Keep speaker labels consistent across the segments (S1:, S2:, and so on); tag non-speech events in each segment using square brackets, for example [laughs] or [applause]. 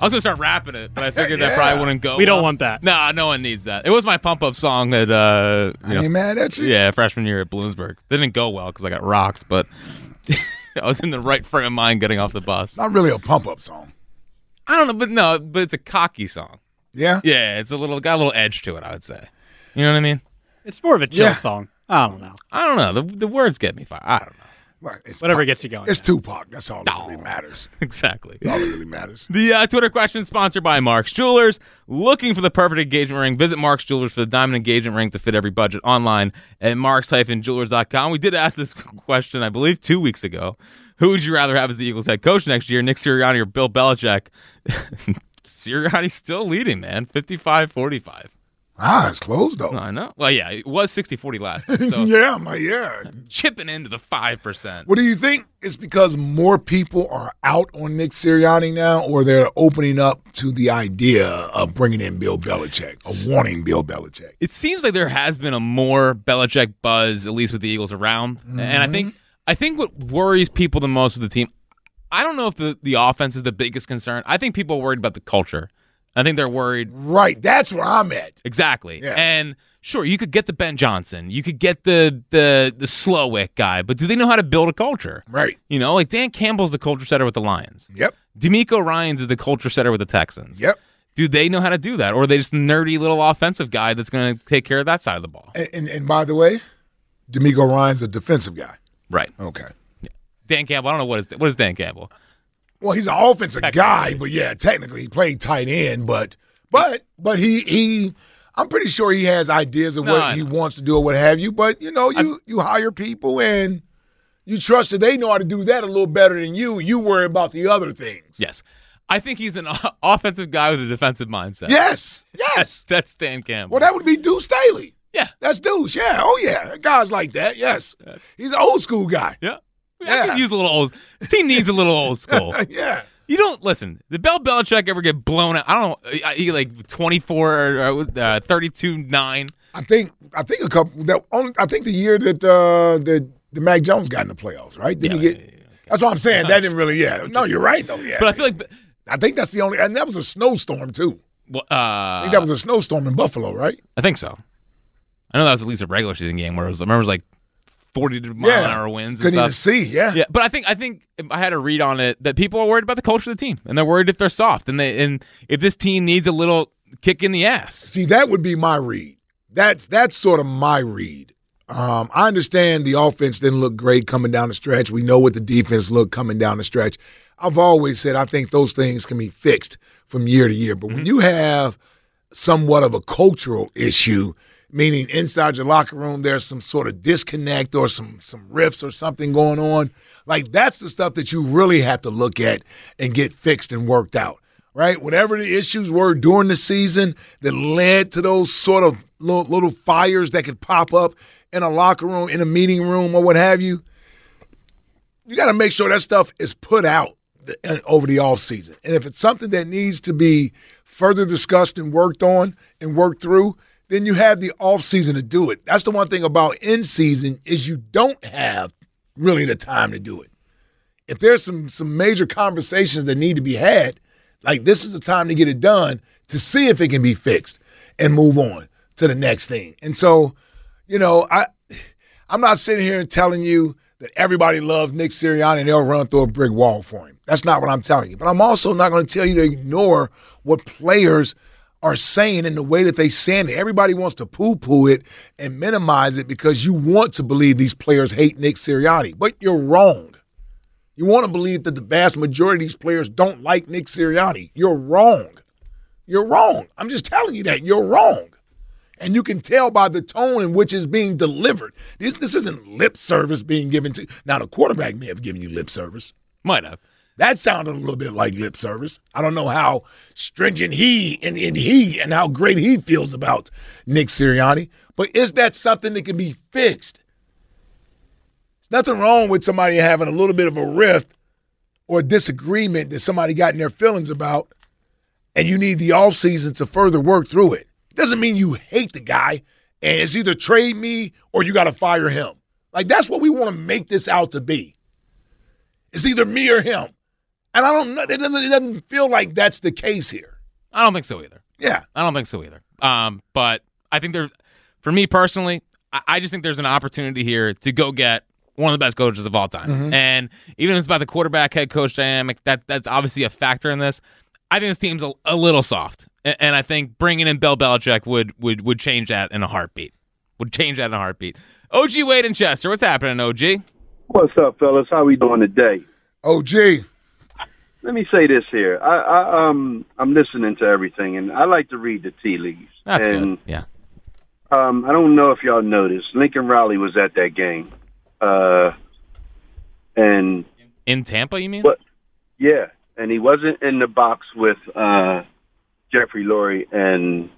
S1: I was gonna start rapping it, but I figured that probably wouldn't go.
S2: We don't
S1: well.
S2: want that.
S1: Nah, no one needs that. It was my pump up song that uh, you
S3: I
S1: know,
S3: ain't mad at you.
S1: yeah, freshman year at Bloomsburg. Didn't go well because I got rocked, but [laughs] I was in the right frame of mind getting off the bus.
S3: Not really a pump up song.
S1: I don't know, but no, but it's a cocky song.
S3: Yeah.
S1: Yeah, it's a little got a little edge to it. I would say. You know what I mean?
S2: It's more of a chill
S3: Yeah.
S2: song. I don't know.
S1: I don't know. The, the words get me fired. I don't know [laughs]
S3: Right, it's
S2: Whatever
S3: Pac.
S2: gets you going.
S3: It's Tupac. That's all that really matters.
S1: exactly.
S3: All that really matters.
S1: The uh, Twitter question sponsored by Mark's Jewelers. Looking for the perfect engagement ring? Visit Mark's Jewelers for the diamond engagement ring to fit every budget online at marks-jewelers.com. We did ask this [laughs] question, I believe, two weeks ago. Who would you rather have as the Eagles head coach next year, Nick Sirianni or Bill Belichick? [laughs] Sirianni's still leading, man, 55-45.
S3: Ah, it's closed though.
S1: I know. Well, yeah, it was 60-40 last time, so
S3: [laughs] yeah, my yeah.
S1: chipping into the 5%.
S3: What do you think? It's because more people are out on Nick Sirianni now, or they're opening up to the idea of bringing in Bill Belichick, or wanting Bill Belichick.
S1: it seems like there has been a more Belichick buzz, at least with the Eagles around. And I
S3: Mm-hmm.
S1: think I think what worries people the most with the team, I don't know if the, the offense is the biggest concern. I think people are worried about the culture. I think they're worried
S3: Right. That's where I'm at.
S1: exactly.
S3: Yes.
S1: And sure, you could get the Ben Johnson, you could get the the the Slowick guy, but do they know how to build a culture?
S3: Right.
S1: You know, like Dan Campbell's the culture setter with the Lions.
S3: Yep.
S1: D'Amico Ryan's is the culture setter with the Texans.
S3: Yep.
S1: Do they know how to do that, or are they just a nerdy little offensive guy that's going to take care of that side of the ball?
S3: And, and, and by the way, D'Amico Ryan's a defensive guy.
S1: Right.
S3: Okay.
S1: Dan Campbell. I don't know what is what is Dan Campbell.
S3: Well, he's an offensive guy, but yeah, technically he played tight end, but but but he he I'm pretty sure he has ideas of
S1: No,
S3: what
S1: I
S3: he
S1: know.
S3: wants to do or what have you, but you know, you you hire people and you trust that they know how to do that a little better than you. You worry about the other things.
S1: Yes, I think he's an [laughs] o- offensive guy with a defensive mindset.
S3: Yes.
S1: that's, [laughs]
S3: Yes.
S1: that's Dan Campbell.
S3: well, that would be Deuce Staley.
S1: Yeah,
S3: That's Deuce. Yeah. Oh yeah. Guys like that. Yes. He's an old school guy. [laughs]
S1: yeah. I
S3: Yeah.
S1: could use a little old. This team needs a little old
S3: [laughs]
S1: school.
S3: yeah.
S1: You don't listen. Did Bill Belichick ever get blown out? I don't know. uh, He like twenty four or uh, thirty two nine.
S3: I think I think a couple that only I think the year that uh that the Mac Jones got in the playoffs, right? Didn't he get That's what I'm saying. That didn't really yeah. No, you're right though. Yeah.
S1: But I feel like
S3: I think that's the only and that was a snowstorm too.
S1: well, uh,
S3: I think that was a snowstorm in Buffalo, right?
S1: I think so. I know that was at least a regular season game where it was. I remember it was like forty to mile an hour winds. and
S3: Couldn't even
S1: stuff.
S3: see, yeah.
S1: Yeah, but I think I think if I had a read on it that people are worried about the culture of the team, and they're worried if they're soft, and they and if this team needs a little kick in the ass.
S3: See, that would be my read. That's that's sort of my read. Um, I understand the offense didn't look great coming down the stretch. We know what the defense looked coming down the stretch. I've always said I think those things can be fixed from year to year. But
S1: Mm-hmm.
S3: when you have somewhat of a cultural issue, meaning inside your locker room there's some sort of disconnect or some some rifts or something going on. Like that's the stuff that you really have to look at and get fixed and worked out. Right? Whatever the issues were during the season that led to those sort of little, little fires that could pop up in a locker room, in a meeting room, or what have you, you got to make sure that stuff is put out th- and- over the offseason. And if it's something that needs to be further discussed and worked on and worked through, then you have the offseason to do it. That's the one thing about in season is you don't have really the time to do it. If there's some some major conversations that need to be had, like this is the time to get it done to see if it can be fixed and move on to the next thing. And so, you know, I I'm not sitting here and telling you that everybody loves Nick Sirianni and they'll run through a brick wall for him. That's not what I'm telling you. But I'm also not going to tell you to ignore what players are saying and the way that they saying it. Everybody wants to poo-poo it and minimize it because you want to believe these players hate Nick Sirianni, but you're wrong. You want to believe that the vast majority of these players don't like Nick Sirianni. You're wrong. You're wrong. I'm just telling you that you're wrong. And you can tell by the tone in which it's being delivered. This this isn't lip service being given to. Now the quarterback may have given you lip service,
S1: Might have.
S3: That sounded a little bit like lip service. I don't know how stringent he and, and he and how great he feels about Nick Sirianni, but is that something that can be fixed? There's nothing wrong with somebody having a little bit of a rift or disagreement that somebody got in their feelings about, and you need the offseason to further work through it. Doesn't mean you hate the guy, and it's either trade me or you got to fire him. Like, that's what we want to make this out to be. It's either me or him. And I don't know, it doesn't, it doesn't feel like that's the case here.
S1: I don't think so either.
S3: Yeah.
S1: I don't think so either. Um, but I think there, for me personally, I, I just think there's an opportunity here to go get one of the best coaches of all time. And even if it's about the quarterback head coach dynamic, that that's obviously a factor in this. I think this team's a, a little soft, and, and I think bringing in Bill Belichick would would would change that in a heartbeat. Would change that in a heartbeat. OG Wade and Chester, what's happening, OG?
S4: What's up, fellas? How we doing today?
S3: OG.
S4: Let me say this here. I, I um I'm listening to everything, and I like to read the tea leaves.
S1: That's
S4: and,
S1: good. Yeah.
S4: Um, I don't know if y'all noticed, Lincoln Riley was at that game, uh, and
S1: In Tampa, you mean?
S4: What? yeah, and he wasn't in the box with uh, Jeffrey Lurie and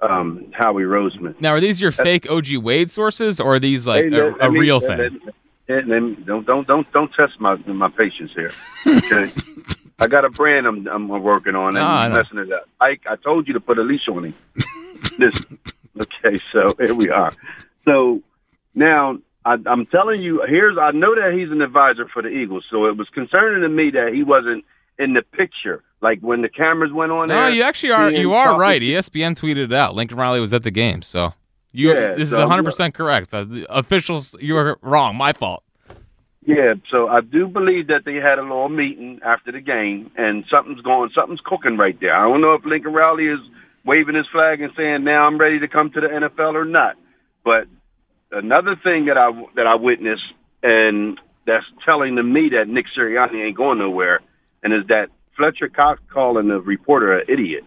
S4: um, Howie Roseman.
S1: Now, are these your fake OG Wade sources, or are these like
S4: Uh, Hey,
S1: a,
S4: let-
S1: a
S4: let me-
S1: real
S4: let-
S1: thing?
S4: let- let me- don't don't don't don't test my my patience here.
S1: [laughs]
S4: Okay, I got a brand I'm I'm working on
S1: No, Ah, I
S4: and
S1: know.
S4: no, messing it up. Ike, I told you to put a leash on him. Listen,
S1: [laughs]
S4: okay, so here we are. So now I, I'm telling you, here's I know that he's an advisor for the Eagles, so it was concerning to me that he wasn't in the picture. Like when the cameras went on
S1: No,
S4: there,
S1: you actually are.
S4: being
S1: You are
S4: talking-
S1: right. E ESPN tweeted it out. Lincoln Riley was at the game, so you.
S4: Yeah,
S1: this
S4: so-
S1: is 100 percent correct. Uh, the officials, you are wrong. My fault.
S4: Yeah, so I do believe that they had a little meeting after the game, and something's going, something's cooking right there. I don't know if Lincoln Riley is waving his flag and saying, "Now I'm ready to come to the NFL" or not. But another thing that I that I witnessed, and that's telling to me that Nick Sirianni ain't going nowhere, and is that Fletcher Cox calling the reporter an idiot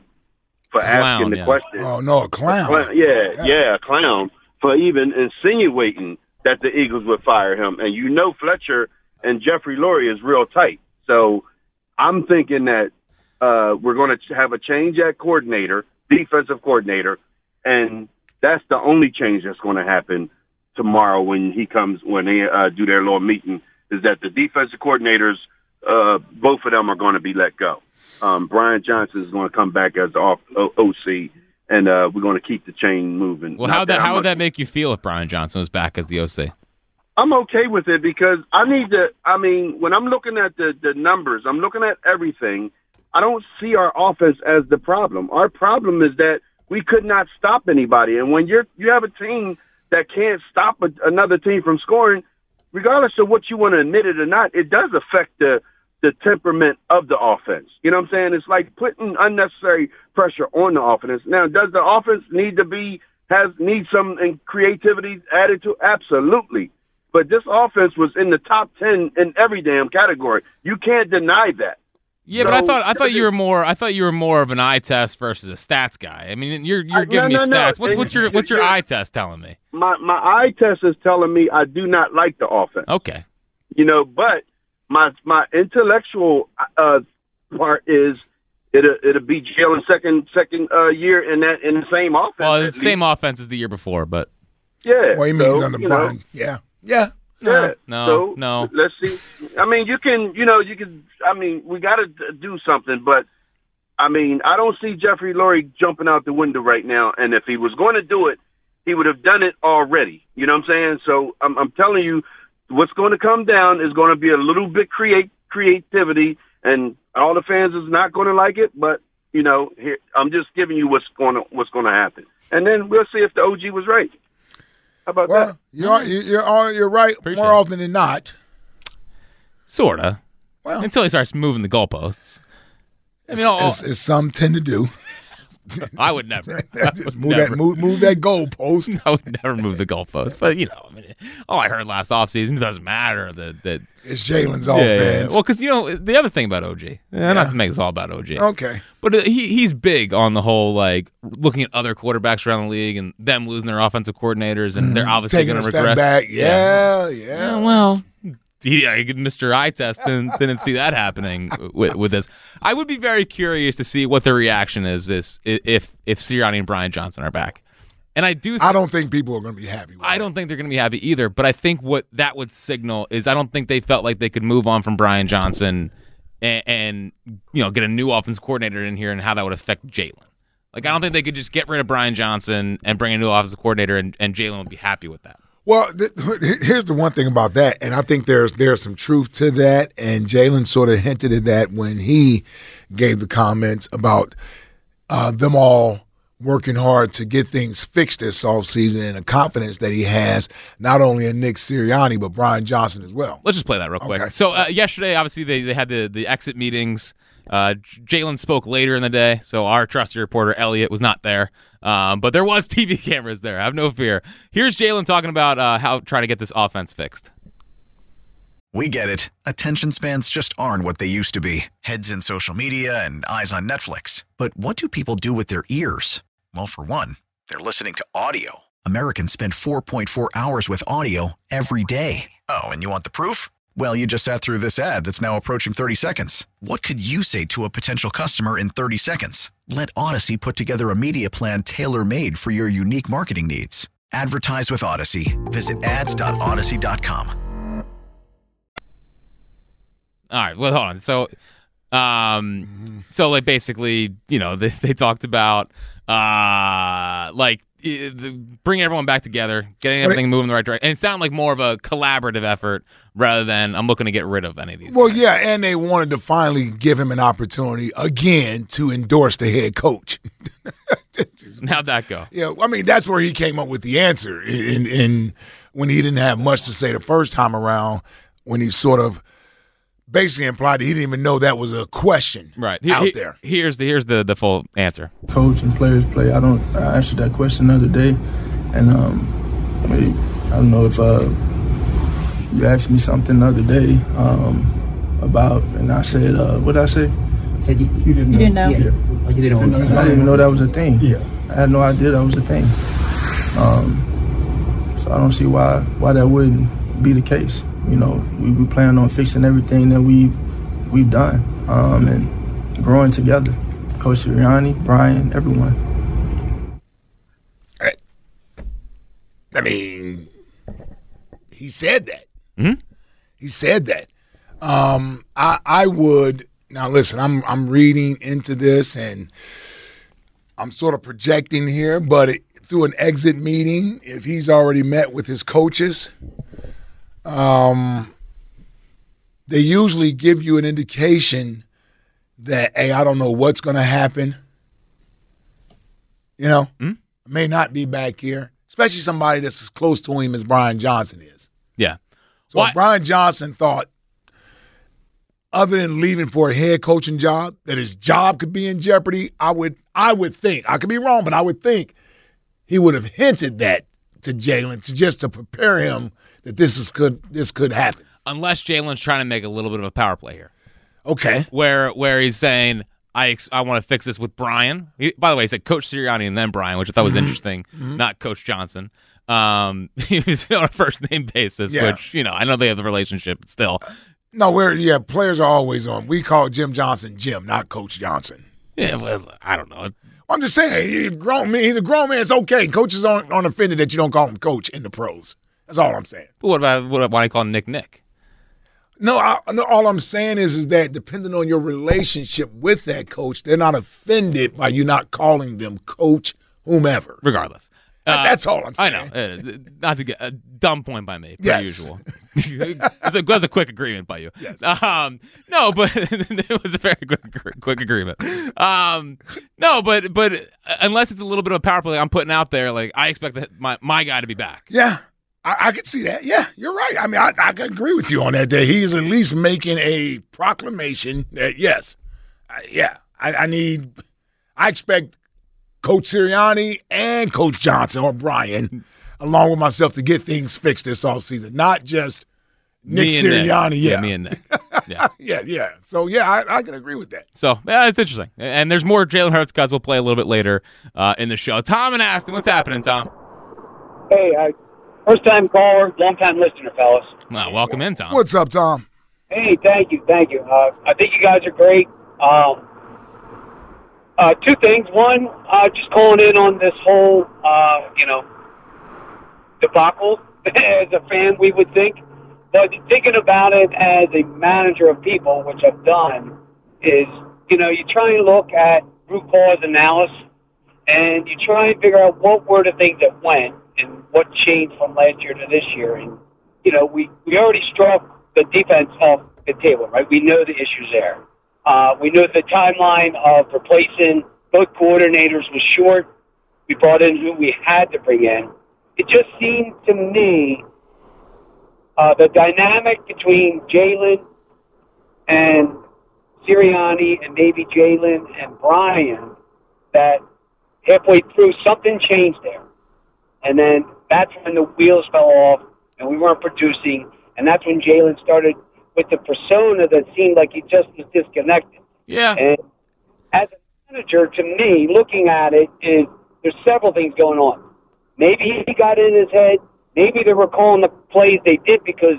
S4: for
S1: Clown,
S4: asking the
S1: yeah.
S4: question.
S3: Oh, no, a
S4: Clown,
S3: clown.
S4: yeah, yeah, a clown for even insinuating that the Eagles would fire him. And you know Fletcher and Jeffrey Lurie is real tight. So I'm thinking that uh, we're going to have a change at coordinator, defensive coordinator, and that's the only change that's going to happen tomorrow when he comes when they uh, do their little meeting is that the defensive coordinators, uh, both of them are going to be let go. Um, Brian Johnson is going to come back as the off, o, OC, and uh, we're going to keep the chain moving.
S1: Well,
S4: Not
S1: how that
S4: I'm
S1: how
S4: a-
S1: would that make you feel if Brian Johnson was back as the OC?
S4: I'm okay with it because I need to. I mean, when I'm looking at the the numbers, I'm looking at everything. I don't see our offense as the problem. Our problem is that we could not stop anybody. And when you're you have a team that can't stop a, another team from scoring, regardless of what you want to admit it or not, it does affect the the temperament of the offense. You know what I'm saying? It's like putting unnecessary pressure on the offense. Now, does the offense need to be has need some in creativity added to? Absolutely. But this offense was in the top ten in every damn category. You can't deny that.
S1: Yeah, but I
S4: No,
S1: thought I thought you
S4: it-
S1: were more. I thought you were more of an eye test versus a stats guy. I mean, you're you're
S4: I-
S1: giving
S4: no,
S1: me
S4: no, no.
S1: stats. What's what's your what's your
S4: You're-
S1: eye test telling me?
S4: My my eye test is telling me I do not like the offense.
S1: Okay.
S4: you know. But my my intellectual uh, part is it will it'll be Jalen second second uh, year in that in the same offense.
S1: Well,
S4: at
S1: it's the same offense as the year before, but
S4: least. Yeah.
S3: Well, he means
S4: so,
S3: under
S4: you know,
S3: Brian. Yeah. Yeah.
S4: Yeah.
S1: no,
S4: so,
S1: no.
S4: Let's see. I mean, you can, you know, you can. I mean, we got to do something, but I mean, I don't see Jeffrey Lurie jumping out the window right now. And if he was going to do it, he would have done it already. You know what I'm saying? So I'm, I'm telling you, what's going to come down is going to be a little bit create creativity, and all the fans is not going to like it. But you know, here, I'm just giving you what's going to what's going to happen, and then we'll see if the OG was right. How about that?
S3: Well, you're, you're, all- you're right
S1: Appreciate
S3: more
S1: it.
S3: often than not.
S1: sorta.
S3: Well-
S1: until he starts moving the goalposts. I mean, all-
S3: as, as some tend
S1: [laughs]
S3: to do.
S1: I would
S4: [laughs]
S1: never.
S3: Just [laughs] move that,
S1: Never.
S3: move, move that goalpost.
S1: [laughs] I would never move the goalpost. But you know, I mean, all I heard last offseason it doesn't matter that that
S3: It's Jalen's
S1: yeah, yeah, yeah.
S3: offense.
S1: Well, because you know the other thing about OG, eh, not to make this all about OG,
S3: Okay.
S1: but uh, he he's big on the whole like looking at other quarterbacks around the league and them losing their offensive coordinators and they're obviously
S3: Taking
S1: going
S3: a
S1: to
S3: step
S1: regress.
S3: back. Yeah,
S1: Yeah,
S3: yeah.
S1: well, he, I could Mr. Eye test and didn't see that happening [laughs] with, with this. I would be very curious to see what their reaction is this if if Sirianni and Brian Johnson are back. And I do. Th-
S3: I don't think people are going to be happy. With
S1: I
S3: it.
S1: don't think they're going to be happy either. But I think what that would signal is I don't think they felt like they could move on from Brian Johnson and, and you know get a new offense coordinator in here and how that would affect Jalen. Like I don't think they could just get rid of Brian Johnson and bring a new offensive coordinator and, and Jalen would be happy with that.
S3: Well, th- here's the one thing about that, and I think there's there's some truth to that, and Jalen sort of hinted at that when he gave the comments about uh, them all working hard to get things fixed this offseason and the confidence that he has, not only in Nick Sirianni, but Brian Johnson as well.
S1: Let's just play that real quick.
S3: Okay.
S1: So uh, yesterday, obviously, they, they had the, the exit meetings. Uh, J- Jalen spoke later in the day, so our trusty reporter Elliot was not there. Um, but there was [laughs] TV cameras there. Have no fear. Here's Jalen talking about uh, how trying to get this offense fixed.
S5: We get it. Attention spans just aren't what they used to be heads in social media and eyes on Netflix. But what do people do with their ears? Well, for one, they're listening to audio. Americans spend 4.4 hours with audio every day. Oh, and you want the proof? Well, you just sat through this ad that's now approaching 30 seconds. What could you say to a potential customer in 30 seconds? Let Odyssey put together a media plan tailor made for your unique marketing needs. Advertise with Odyssey. Visit ads.odyssey.com.
S1: All right. Well, hold on. So, um, so like basically, you know, [laughs] they they talked about uh, like eh, the, bringing everyone back together, getting
S3: But it-
S1: everything moving in the right direction, and it sounded like more of a collaborative effort rather than I'm looking to get rid of any of these.
S3: Well,
S1: guys."
S3: yeah, and they wanted to finally give him an opportunity again to endorse the head coach.
S1: [laughs] how'd that go?
S3: Yeah, I mean that's where he came up with the answer in in when he didn't have much to say the first time around when he sort of basically implied that he didn't even know that was a question
S1: Right
S3: out
S1: he-
S3: there.
S1: Here's the here's the the full answer.
S6: coach and players play. I don't. I answered that question the other day, and um, I, mean, I don't know if uh, you asked me something the other day um, about, and I said, uh, what did I say?
S7: said you,
S6: You didn't.
S7: you didn't know.
S6: Yeah.
S7: Like you didn't
S6: I didn't even know that was a thing. Yeah. I had no idea that was a thing. Um, so I don't see why why that wouldn't be the case. You know, we we plan on fixing everything that we've we've done um, and growing together. Coach Sirianni, Brian, everyone.
S3: I mean, he said that. He said that. Um, I I would now listen. I'm I'm reading into this and I'm sort of projecting here, but it, through an exit meeting, if he's already met with his coaches, um, they usually give you an indication that hey, I don't know what's going to happen. You know may not be back here, especially somebody that's as close to him as Brian Johnson is.
S1: Yeah.
S3: So if Brian Johnson thought, other than leaving for a head coaching job, that his job could be in jeopardy, I would I would think, I could be wrong, but I would think he would have hinted that to Jalen to just to prepare him that this is could this could happen.
S1: Unless Jalen's trying to make a little bit of a power play here.
S3: Okay.
S1: where where he's saying I ex- I want to fix this with Brian. He- by the way, he said Coach Sirianni and then Brian, which I thought was interesting. Not Coach Johnson. Um, [laughs] he was on a first name basis,
S3: Yeah.
S1: which you know I know they have the relationship, but still,
S3: No, we're yeah, players are always on. We call Jim Johnson Jim, not Coach Johnson.
S1: yeah, well, I don't know.
S3: I'm just saying, he's a grown man. He's a grown man. It's okay. Coaches aren't, aren't offended that you don't call him coach in the pros. That's all I'm saying.
S1: But what about what why do you call him Nick Nick?
S3: No, I, no, all I'm saying is, is that depending on your relationship with that coach, they're not offended by you not calling them coach, whomever.
S1: Regardless, Uh,
S3: That's all I'm
S1: I
S3: saying.
S1: know. Uh, not to get a dumb point by me, per
S3: Yes.
S1: usual. [laughs] that's, a, that's a quick agreement by you. Um, no, but [laughs] it was a very quick, quick agreement. Um, no, but but unless it's a little bit of a power play I'm putting out there, like I expect that my, my guy to be back.
S3: Yeah, I, I could see that. Yeah, you're right. I mean, I, I can agree with you on that. That he's at least making a proclamation that yes, I, yeah, I, I need, I expect Coach Sirianni and Coach Johnson
S1: [laughs]
S3: or Brian, along with myself, to get things fixed this offseason, not just Nick
S1: Me and
S3: Sirianni.
S1: Nick.
S3: Yeah,
S1: me and Nick. Yeah.
S3: yeah, yeah. So yeah, I, I can agree with that.
S1: So yeah, it's interesting. And there's more Jalen Hurts cuts we'll play a little bit later uh, in the show. Tom and Aston, what's happening, Tom?
S4: Hey, I
S8: First time caller, long time listener, fellas.
S1: Well, welcome in, Tom.
S3: What's up, Tom?
S8: Hey, thank you, thank you. Uh, I think you guys are great. Um, uh, two things. One, uh, just calling in on this whole, uh, you know, debacle. [laughs] as a fan, we would think, but thinking about it as a manager of people, which I've done, is you know you try and look at root cause analysis, and you try and figure out what were the things that went and what changed from last year to this year. And you know we we already struck the defense off the table, right? We know the issues there. Uh, we know the timeline of replacing both coordinators was short. We brought in who we had to bring in. It just seemed to me uh, the dynamic between Jalen and Sirianni and maybe Jalen and Brian that halfway through something changed there. And then that's when the wheels fell off and we weren't producing. And that's when Jalen started with the persona that seemed like he just was disconnected.
S1: Yeah.
S8: And as a manager, to me, looking at it, is there's several things going on. Maybe he got in his head. Maybe they were calling the plays they did because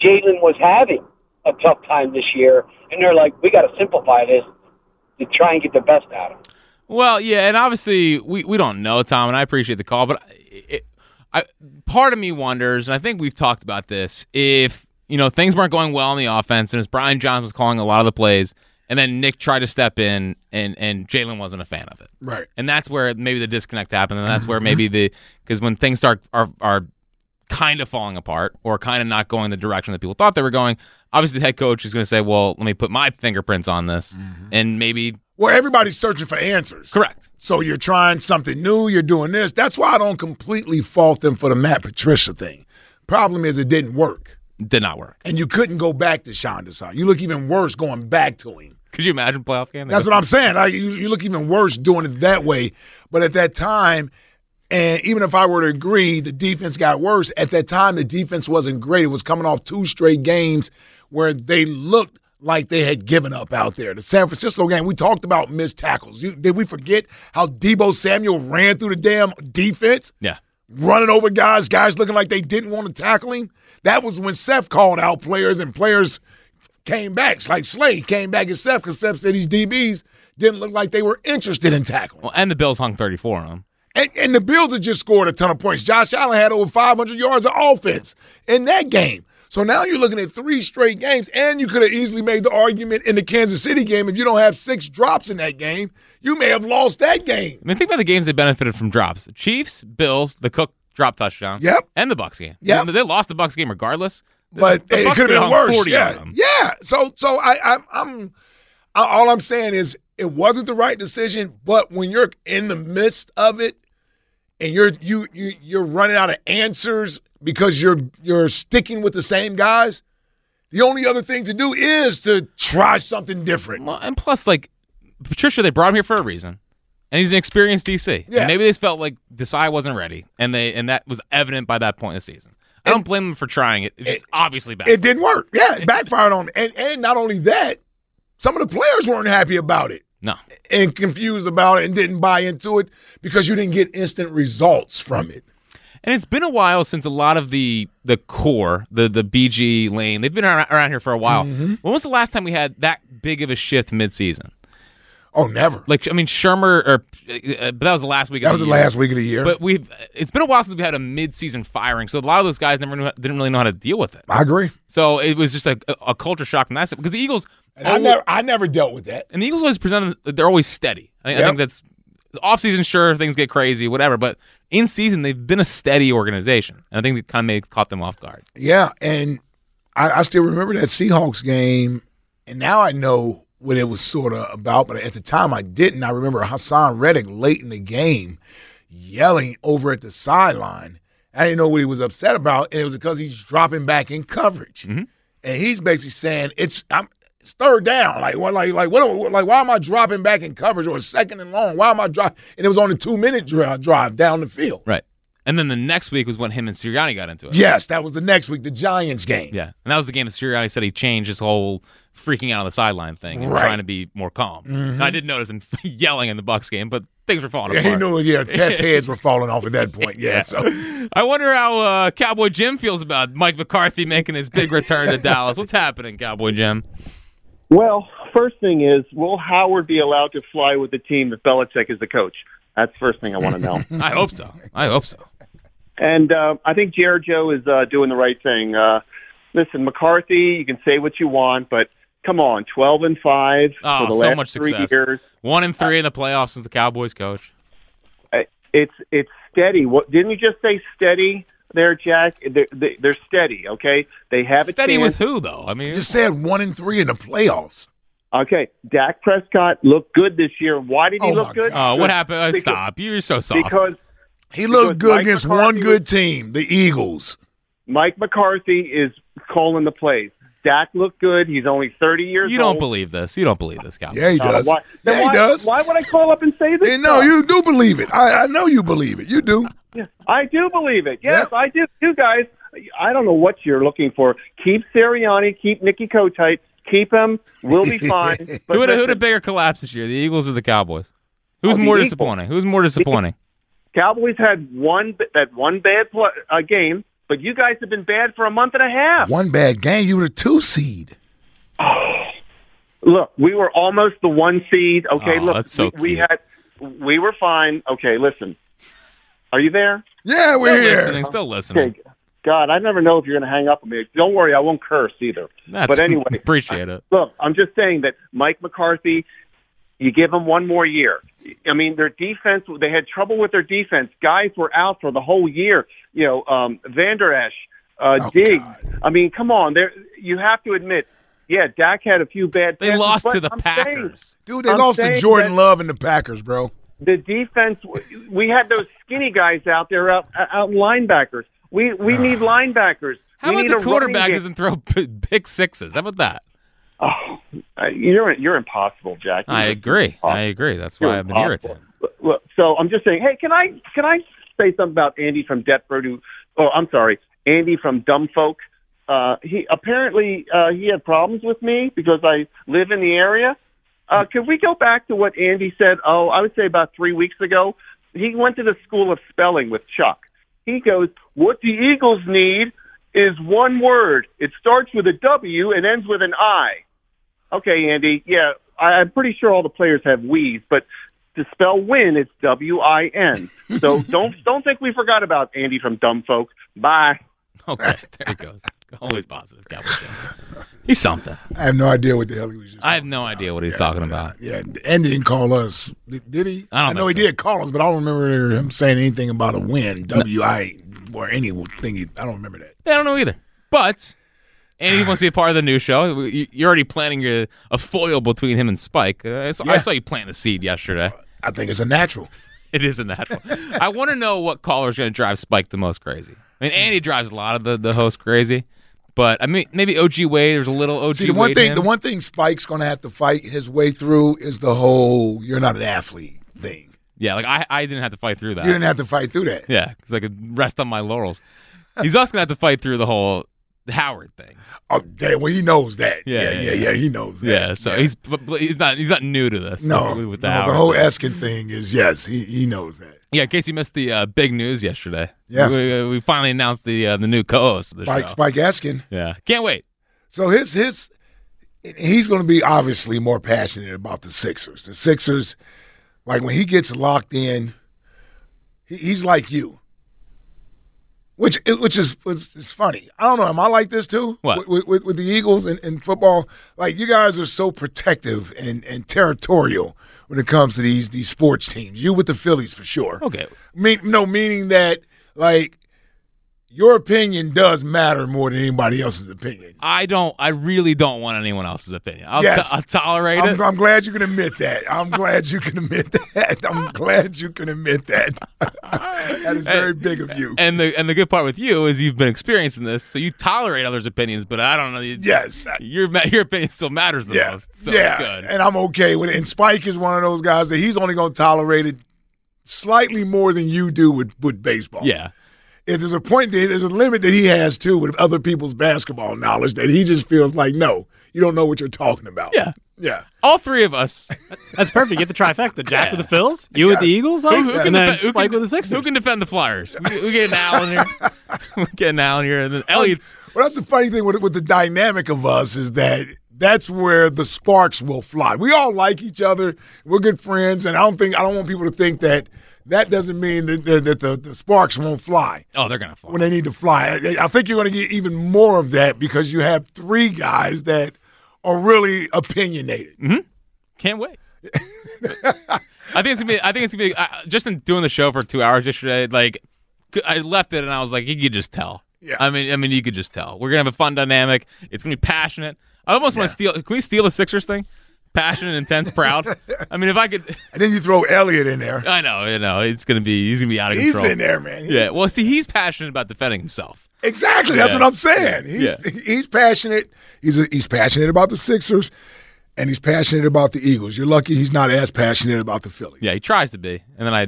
S8: Jalen was having a tough time this year, and they're like, we got to simplify this to try and get the best out of him.
S1: Well, yeah, and obviously we, we don't know, Tom, and I appreciate the call, but it, I part of me wonders, and I think we've talked about this, if you know things weren't going well on the offense, and as Brian Johns was calling a lot of the plays, and then Nick tried to step in, and and Jalen wasn't a fan of it,
S3: Right.
S1: and that's where maybe the disconnect happened, and that's where maybe the because when things start are are kind of falling apart or kind of not going the direction that people thought they were going, obviously the head coach is going to say, well, let me put my fingerprints on this, and maybe
S3: Well, everybody's searching for answers.
S1: correct.
S3: So you're trying something new, you're doing this. That's why I don't completely fault them for the Matt Patricia thing. Problem is, it didn't work.
S1: Did not work.
S3: And you couldn't go back to Sean Desai. You look even worse going back to him.
S1: Could you imagine playoff game?
S3: That's what I'm saying. Like, you, you look even worse doing it that way. But at that time, and even if I were to agree, the defense got worse. At that time, the defense wasn't great. It was coming off two straight games where they looked like they had given up out there. The San Francisco game, we talked about missed tackles. You, did we forget how Debo Samuel ran through the damn defense?
S1: Yeah.
S3: running over guys, guys looking like they didn't want to tackle him. That was when Seth called out players and players came back. It's like Slade came back at Seth because Seth said these DBs didn't look like they were interested in tackling.
S1: Well, and the Bills hung 34 on them.
S3: And, and the Bills had just scored a ton of points. Josh Allen had over 500 yards of offense in that game. So now you're looking at three straight games, and you could have easily made the argument in the Kansas City game if you don't have six drops in that game, you may have lost that game.
S1: I mean, think about the games they benefited from drops: the Chiefs, Bills, the Cook drop touchdown.
S3: Yep.
S1: And the Bucks game.
S3: Yep.
S1: I mean, they lost the Bucks game regardless. The-
S3: but
S1: the
S3: it
S1: Bucks
S3: could have
S1: hung
S3: been worse.
S1: 40 on
S3: Yeah,
S1: them.
S3: yeah. So, so I, I, I'm, I, all I'm saying is it wasn't the right decision. But when you're in the midst of it, and you're you you you're running out of answers because you're you're sticking with the same guys, the only other thing to do is to try something different.
S1: Well, And plus, like Patricia, they brought him here for a reason, and he's an experienced DC.
S3: Yeah.
S1: And maybe they felt like Desai wasn't ready, and they and that was evident by that point in the season. I don't blame them for trying it. It's just obviously bad.
S3: It didn't work. Yeah, it backfired on him. And and not only that, some of the players weren't happy about it.
S1: no.
S3: And confused about it and didn't buy into it because you didn't get instant results from it.
S1: And it's been a while since a lot of the the core, the the BG lane, they've been around, around here for a while.
S3: Mm-hmm.
S1: When was the last time we had that big of a shift midseason?
S3: Oh, never.
S1: Like, I mean, Shermer, or uh, but that was the last week.
S3: That
S1: of
S3: was the
S1: year.
S3: last week of the year.
S1: But we've it's been a while since we had a midseason firing, so a lot of those guys never knew, didn't really know how to deal with it.
S3: I agree.
S1: So it was just a, a culture shock from that side because the Eagles
S3: And I
S1: always-
S3: never, I never dealt with that.
S1: and the Eagles always present them- they're always steady. I, I
S3: Yep.
S1: think that's off season. Sure, things get crazy, whatever, but in season they've been a steady organization, and I think it kind of made, caught them off guard.
S3: Yeah, and I, I still remember that Seahawks game, and now I know what it was sort of about. But at the time, I didn't. I remember Hassan Reddick late in the game yelling over at the sideline. I didn't know what he was upset about, and it was because he's dropping back in coverage, and he's basically saying it's I'm. It's third down, like what, like like what, like why am I dropping back in coverage or second and long? Why am I dropping? And it was on a two minute drive, drive down the field.
S1: Right. And then the next week was when him and Sirianni got into it.
S3: Yes, that was the next week, the Giants game.
S1: Yeah. And that was the game that Sirianni said he changed his whole freaking out on the sideline thing and
S3: Right.
S1: trying to be more calm.
S8: Mm-hmm.
S1: And I did notice him [laughs] yelling in the Bucks game, but things were falling
S3: Yeah, he
S1: apart.
S3: knew.
S8: [laughs]
S3: Yeah, Pest heads were falling off at that point. Yeah, so
S1: I wonder how uh, Cowboy Jim feels about Mike McCarthy making his big return
S8: [laughs]
S1: to Dallas. What's happening, Cowboy Jim?
S8: Well, first thing is, will Howard be allowed to fly with the team if Belichick is the coach? That's the first thing I want to know.
S1: I hope so. I hope so.
S8: and uh, I think Jared Joe is uh, doing the right thing. Uh, listen, McCarthy, you can say what you want, but come on, twelve and five
S1: Oh,
S8: for the
S1: so
S8: last
S1: much
S8: three
S1: success.
S8: years. uh,
S1: One and three in the playoffs as the Cowboys coach.
S8: I- It's it's steady. What didn't you just say? Steady there, Jack. They're, they- they're steady. Okay, they have a
S1: Steady
S8: chance.
S1: with who though? I mean,
S3: just said one and three in the playoffs.
S8: Okay, Dak Prescott looked good this year. Why did he
S3: Oh, my
S8: look good?
S1: oh, what happened? Uh,
S8: Because-
S1: Stop! You're so soft.
S8: Because
S3: He looked
S8: Because
S3: good
S8: Mike
S3: against
S8: McCarthy
S3: one
S8: was-
S3: good team, the Eagles.
S8: Mike McCarthy is calling the plays. Dak looked good. He's only 30 years
S1: you don't
S8: old.
S1: believe this. You don't believe this, Cowboy.
S3: Yeah, he
S8: Uh,
S3: does.
S8: why, then
S3: yeah, he
S8: why,
S3: does.
S8: Why would I call up and say this?
S3: Yeah, no,
S8: stuff?
S3: you do believe it. I, I know you believe it. You do.
S8: I do believe it. Yes,
S3: Yeah.
S8: I do. You guys, I don't know what you're looking for. Keep Sirianni. Keep Nicky Kotite. Keep him.
S3: [laughs]
S8: We'll be fine. But
S1: Who had a, who had a
S8: listen,
S1: bigger collapse this year, the Eagles or the Cowboys? Who's
S8: Oh, the
S1: more
S8: Eagles.
S1: disappointing? Who's more disappointing?
S8: Cowboys had one that one bad play, uh, game, but you guys have been bad for a month and a half.
S3: One bad game, you were the two seed.
S8: Look, we were almost the one seed. Okay,
S1: Aw,
S8: look,
S1: that's so
S8: we, we
S1: cute.
S8: had, we were fine. Okay, listen, are you there?
S3: Yeah, we're
S1: Still
S3: here.
S1: listening. Still listening.
S8: Okay, God, I never know if you're going to hang up on me. Don't worry, I won't curse either.
S1: That's,
S8: but anyway,
S1: [laughs] appreciate it.
S8: look, I'm just saying that Mike McCarthy, you give him one more year. I mean, their defense, they had trouble with their defense. Guys were out for the whole year. You know, um, Vander Esch, uh,
S3: Oh,
S8: Diggs.
S3: God.
S8: I mean, come on. There, You have to admit, yeah, Dak had a few bad
S1: They
S8: passes,
S1: lost
S8: but
S1: to the
S8: I'm saying,
S1: Packers.
S3: Dude, they
S8: I'm
S3: lost to
S8: saying
S3: Jordan
S8: that-
S3: Love and the Packers, bro.
S8: the defense we had those skinny guys out there out out linebackers we we need linebackers
S1: How
S8: we
S1: about
S8: need
S1: the
S8: a running
S1: quarterback
S8: game.
S1: doesn't throw [laughs] p- big sixes? How about that?
S8: oh, uh, you're you're impossible jack
S1: I
S8: You're
S1: agree.
S8: impossible.
S1: I agree. That's
S8: You're
S1: why I've been
S8: impossible.
S1: irritated.
S8: Look, look, so i'm just saying hey can i can i say something about andy from deptford who oh i'm sorry andy from dumb folk uh he apparently uh he had problems with me because i live in the area uh could we go back to what andy said oh i would say about three weeks ago he went to the school of spelling with chuck he goes, What the Eagles need is one word. It starts with a W and ends with an I. Okay, Andy. Yeah, I, I'm pretty sure all the players have W's, but to spell win, it's W I N. So don't don't think we forgot about Andy from Dumb Folk. Bye.
S1: [laughs] Okay, there he goes. Always positive, Cowboy Jim. He's something.
S3: I have no idea what the hell he was just
S1: I have no idea what he's talking about.
S3: Yeah, Andy didn't call us, did, did he?
S1: I don't
S3: know he
S1: think so.
S3: did call us, but I don't remember him saying anything about a win, W I or anything. he- I don't remember that.
S1: I don't know either. But Andy wants to be a part of the new show. You- You're already planning your, a foil between him and Spike. Uh, I, saw, I
S3: Yeah.
S1: saw you plant the seed yesterday.
S3: I think it's a natural.
S1: [laughs] It is a natural. I want to know what caller's going to drive Spike the most crazy. I mean, Andy drives a lot of the, the hosts crazy, but I mean, maybe OG Wade. There's a little OG
S3: See, the one
S1: Wade
S3: thing
S1: in
S3: the
S1: him.
S3: one thing Spike's gonna have to fight his way through is the whole "you're not an athlete" thing.
S1: Yeah, like I, I didn't have to fight through that.
S3: You didn't have to fight through that.
S1: Yeah, because I could rest on my laurels. He's also gonna have to fight through the whole Howard thing.
S3: Oh, damn, well, he knows that.
S1: Yeah,
S3: Yeah, yeah,
S1: yeah,
S3: yeah,
S1: yeah.
S3: he knows that.
S1: Yeah, so he's but but he's not he's not new to this.
S3: no,
S1: with the
S3: no,
S1: Howard.
S3: the whole Eskin thing is yes, he he knows that.
S1: yeah, in case you missed the uh, big news yesterday.
S3: Yes.
S1: we, we finally announced the uh, the new co-host of the
S3: Spike
S1: show.
S3: Spike Eskin.
S1: Yeah, can't wait.
S3: So his his he's going to be obviously more passionate about the Sixers. The Sixers, like when he gets locked in, he, he's like you. Which which is is, is funny. I don't know. Am I like this too?
S1: What?
S3: with with, with the Eagles and, and football? Like you guys are so protective and, and territorial when it comes to these these sports teams. You with the Phillies for sure.
S1: Okay,
S3: Mean, no, meaning that like your opinion does matter more than anybody else's opinion.
S1: I don't. I really don't want anyone else's opinion. I'll,
S3: Yes.
S1: to- I'll tolerate
S3: I'm,
S1: it.
S3: I'm glad you can admit that. I'm glad you can admit that. I'm glad you can admit that. [laughs] that is very big of you.
S1: And the and the good part with you is you've been experiencing this, so you tolerate others' opinions. But I don't know. You,
S3: Yes.
S1: your ma- your opinion still matters the
S3: Yeah.
S1: most. So
S3: yeah.
S1: it's good.
S3: And I'm okay with it. And Spike is one of those guys that he's only going to tolerate it slightly more than you do with, with baseball.
S1: Yeah.
S3: If there's a point, that, there's a limit that he has too with other people's basketball knowledge that he just feels like, no, you don't know what you're talking about.
S1: Yeah.
S3: Yeah.
S1: All three of us.
S2: That's perfect. Get the trifecta. Jack with the Phils, you with the Eagles, like,
S1: Who can
S2: and then
S1: defe- who
S2: Spike
S1: can-
S2: with the Sixers.
S1: Who can defend the Flyers? We, we get an Allen
S3: [laughs]
S1: here. we get an Allen here, and then
S3: Oh,
S1: Elliott's.
S3: Well, that's the funny thing with, with the dynamic of us is that that's where the sparks will fly. We all like each other. We're good friends, and I don't think I don't want people to think that that doesn't mean that that, that the, the sparks won't fly
S1: Oh, they're gonna fly.
S3: when they need to fly. I, I think you're going to get even more of that because you have three guys that are really opinionated.
S1: Can't wait. I think it's gonna be. I think it's gonna be. Uh, just in doing the show for two hours yesterday, like c- I left it and I was like, you could just tell.
S3: Yeah.
S1: I mean, I mean, you could just tell. We're gonna have a fun dynamic. It's gonna be passionate. I almost want to steal. Can we steal the Sixers thing? Passionate, intense, proud. I mean, if I could,
S3: And then you throw Elliot in there.
S1: I know, you know, it's gonna be. He's gonna be out of
S3: He's
S1: control.
S3: in there, man.
S1: Yeah. Well, see, he's passionate about defending himself.
S3: Exactly. That's
S1: Yeah.
S3: what I'm saying. He's he's passionate. He's he's passionate about the Sixers, and he's passionate about the Eagles. You're lucky he's not as passionate about the Phillies.
S1: Yeah, he tries to be, and then I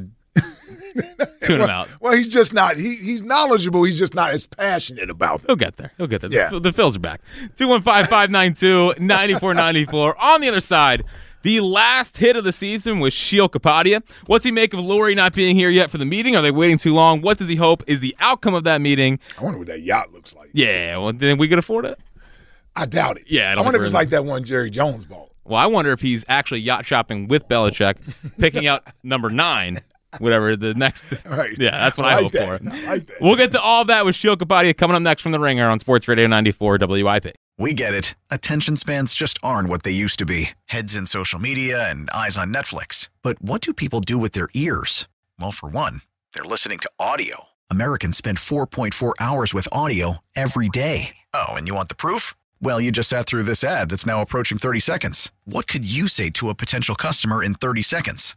S3: [laughs]
S1: tune him out.
S3: Well, he's just not. He he's knowledgeable. He's just not as passionate about them.
S1: He'll get there. He'll get there.
S3: Yeah.
S1: The, the Phils are back. 215-592-9494. [laughs] On the other side, the last hit of the season was Shiel Kapadia. What's he make of Lori not being here yet for the meeting? Are they waiting too long? What does he hope is the outcome of that meeting?
S3: I wonder what that yacht looks like.
S1: Yeah, well, then we could afford it.
S3: I doubt it.
S1: Yeah, I
S3: I,
S1: don't
S3: wonder
S1: think
S3: if it's
S1: we're in-
S3: like that one Jerry Jones ball.
S1: Well, I wonder if he's actually yacht shopping with
S3: [laughs]
S1: Belichick, picking out number nine, whatever the next.
S3: [laughs] Right.
S1: Yeah, that's what I,
S3: I
S1: hope
S3: like
S1: for.
S3: that. I like that.
S1: We'll get to all that with Shiel Kapadia coming up next from The Ringer on Sports Radio 94 WIP.
S5: We get it. Attention spans just aren't what they used to be heads in social media and eyes on Netflix. But what do people do with their ears? Well, for one, they're listening to audio. Americans spend 4.4 hours with audio every day. Oh, and you want the proof? Well, you just sat through this ad that's now approaching 30 seconds. What could you say to a potential customer in 30 seconds?